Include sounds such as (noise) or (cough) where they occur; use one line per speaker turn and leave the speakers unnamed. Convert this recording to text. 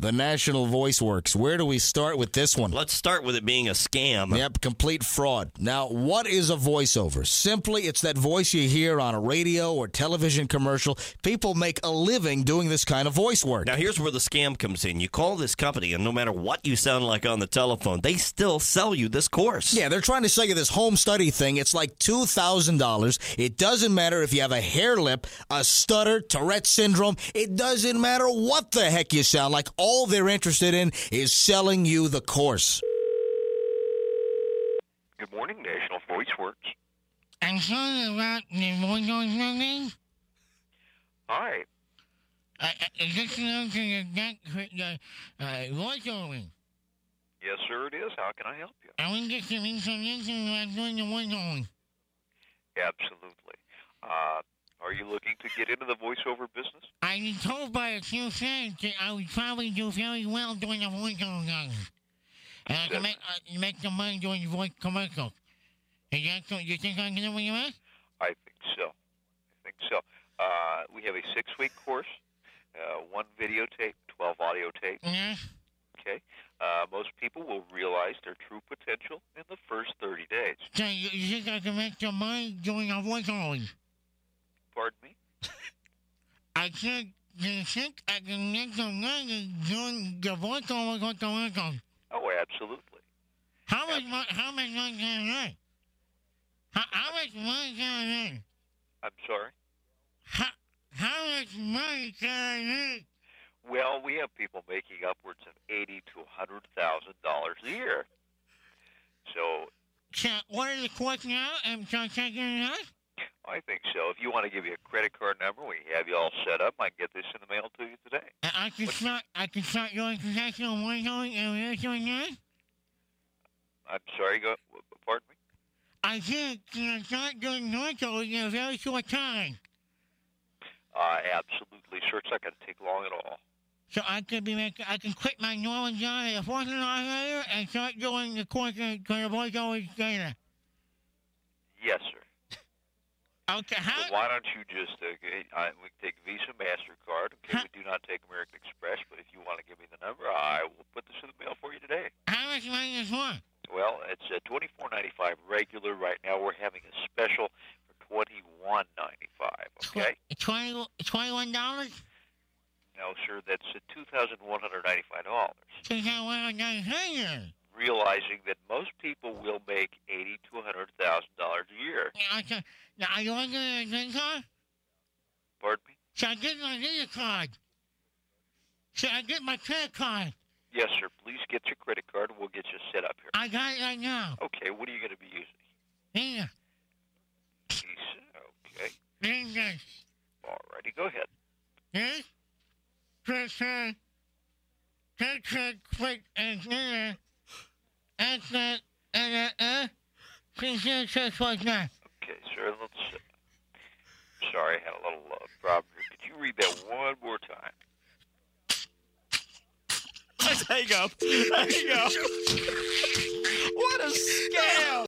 The National Voice Works. Where do we start with this one?
Let's start with it being a scam.
Yep, complete fraud. Now, what is a voiceover? Simply, it's that voice you hear on a radio or television commercial. People make a living doing this kind of voice work.
Now, here's where the scam comes in. You call this company, and no matter what you sound like on the telephone, they still sell you this course.
yeah, they're trying to sell you this home study thing. It's like $2,000. It doesn't matter if you have a hair lip, a stutter, Tourette syndrome. It doesn't matter what the heck you sound like. All they're interested in is selling you the course.
Good morning, National Voice Works.
I'm sorry about the voiceover thing.
Hi.
I, I just know to the back with the uh, voiceover.
Yes, sir, it is. How can I help you?
I want to get some information about doing the voiceover.
Absolutely. Uh, are you looking to get into the voiceover business?
I was told by a few friends that I would probably do very well doing the voiceover thing. And I can make, I can make some money doing the voice commercial. Is that so? You think I can do what you want?
I think so. I think so. Uh, we have a six-week course, uh, one videotape, 12 audio tapes.
Yeah?
Okay. Uh, most people will realize their true potential in the first 30 days.
So you, you think I can make some money doing a voiceover?
Pardon me?
I said, you think I can make some money doing the voiceover with the record?
Oh, absolutely.
How much money? How much money can I make? How, how much money can I make?
I'm sorry.
How, how much money can I make?
Well, we have people making upwards of eighty to a hundred thousand dollars a year. So
So, what is the course now? I'm trying to check it out.
I think so. If you want to give you a credit card number, we have you all set up. I can get this in the mail to you today.
And I can start. I can start doing professional voiceover and rehearsing now.
I'm sorry. Go. Pardon me.
I think can I start doing voiceover in a very short time.
Uh, absolutely, sure. It's not going to take long at all.
So I could be making, I can quit my normal job as a fortune operator and start doing the course for the voiceover later.
Yes, sir. So
Okay, how?
why don't you just uh, g- I, we can take Visa, Mastercard. Okay,
Huh?
we do not take American Express, but if you want to give me the number, I will put this in the mail for you today.
How much money is one?
Well, it's uh, twenty four ninety five regular right now. We're having a special for twenty one ninety five. Okay.
Twenty twenty-one dollars.
No, sir. That's uh, two thousand one hundred ninety five dollars.
Since I went on that hanger.
Realizing that most people will make eighty to one hundred thousand dollars a year.
Now, okay, now are you going to get a green card?
Pardon me.
Should I get my credit card? Should I get my credit card?
Yes, sir. Please get your credit card. We'll get you set up here.
I got it right now.
Okay. What are you going to be using?
Here,
Visa. Okay.
read this.
All righty. Go ahead.
This, person, take it quick and clear. That's it, and uh, uh, please use this one
(laughs)
now.
Okay, sir. Let's. Uh, sorry, I had a little uh, problem here. Could you read that one more time?
(laughs) Let's hang up. Hang up. What a scam.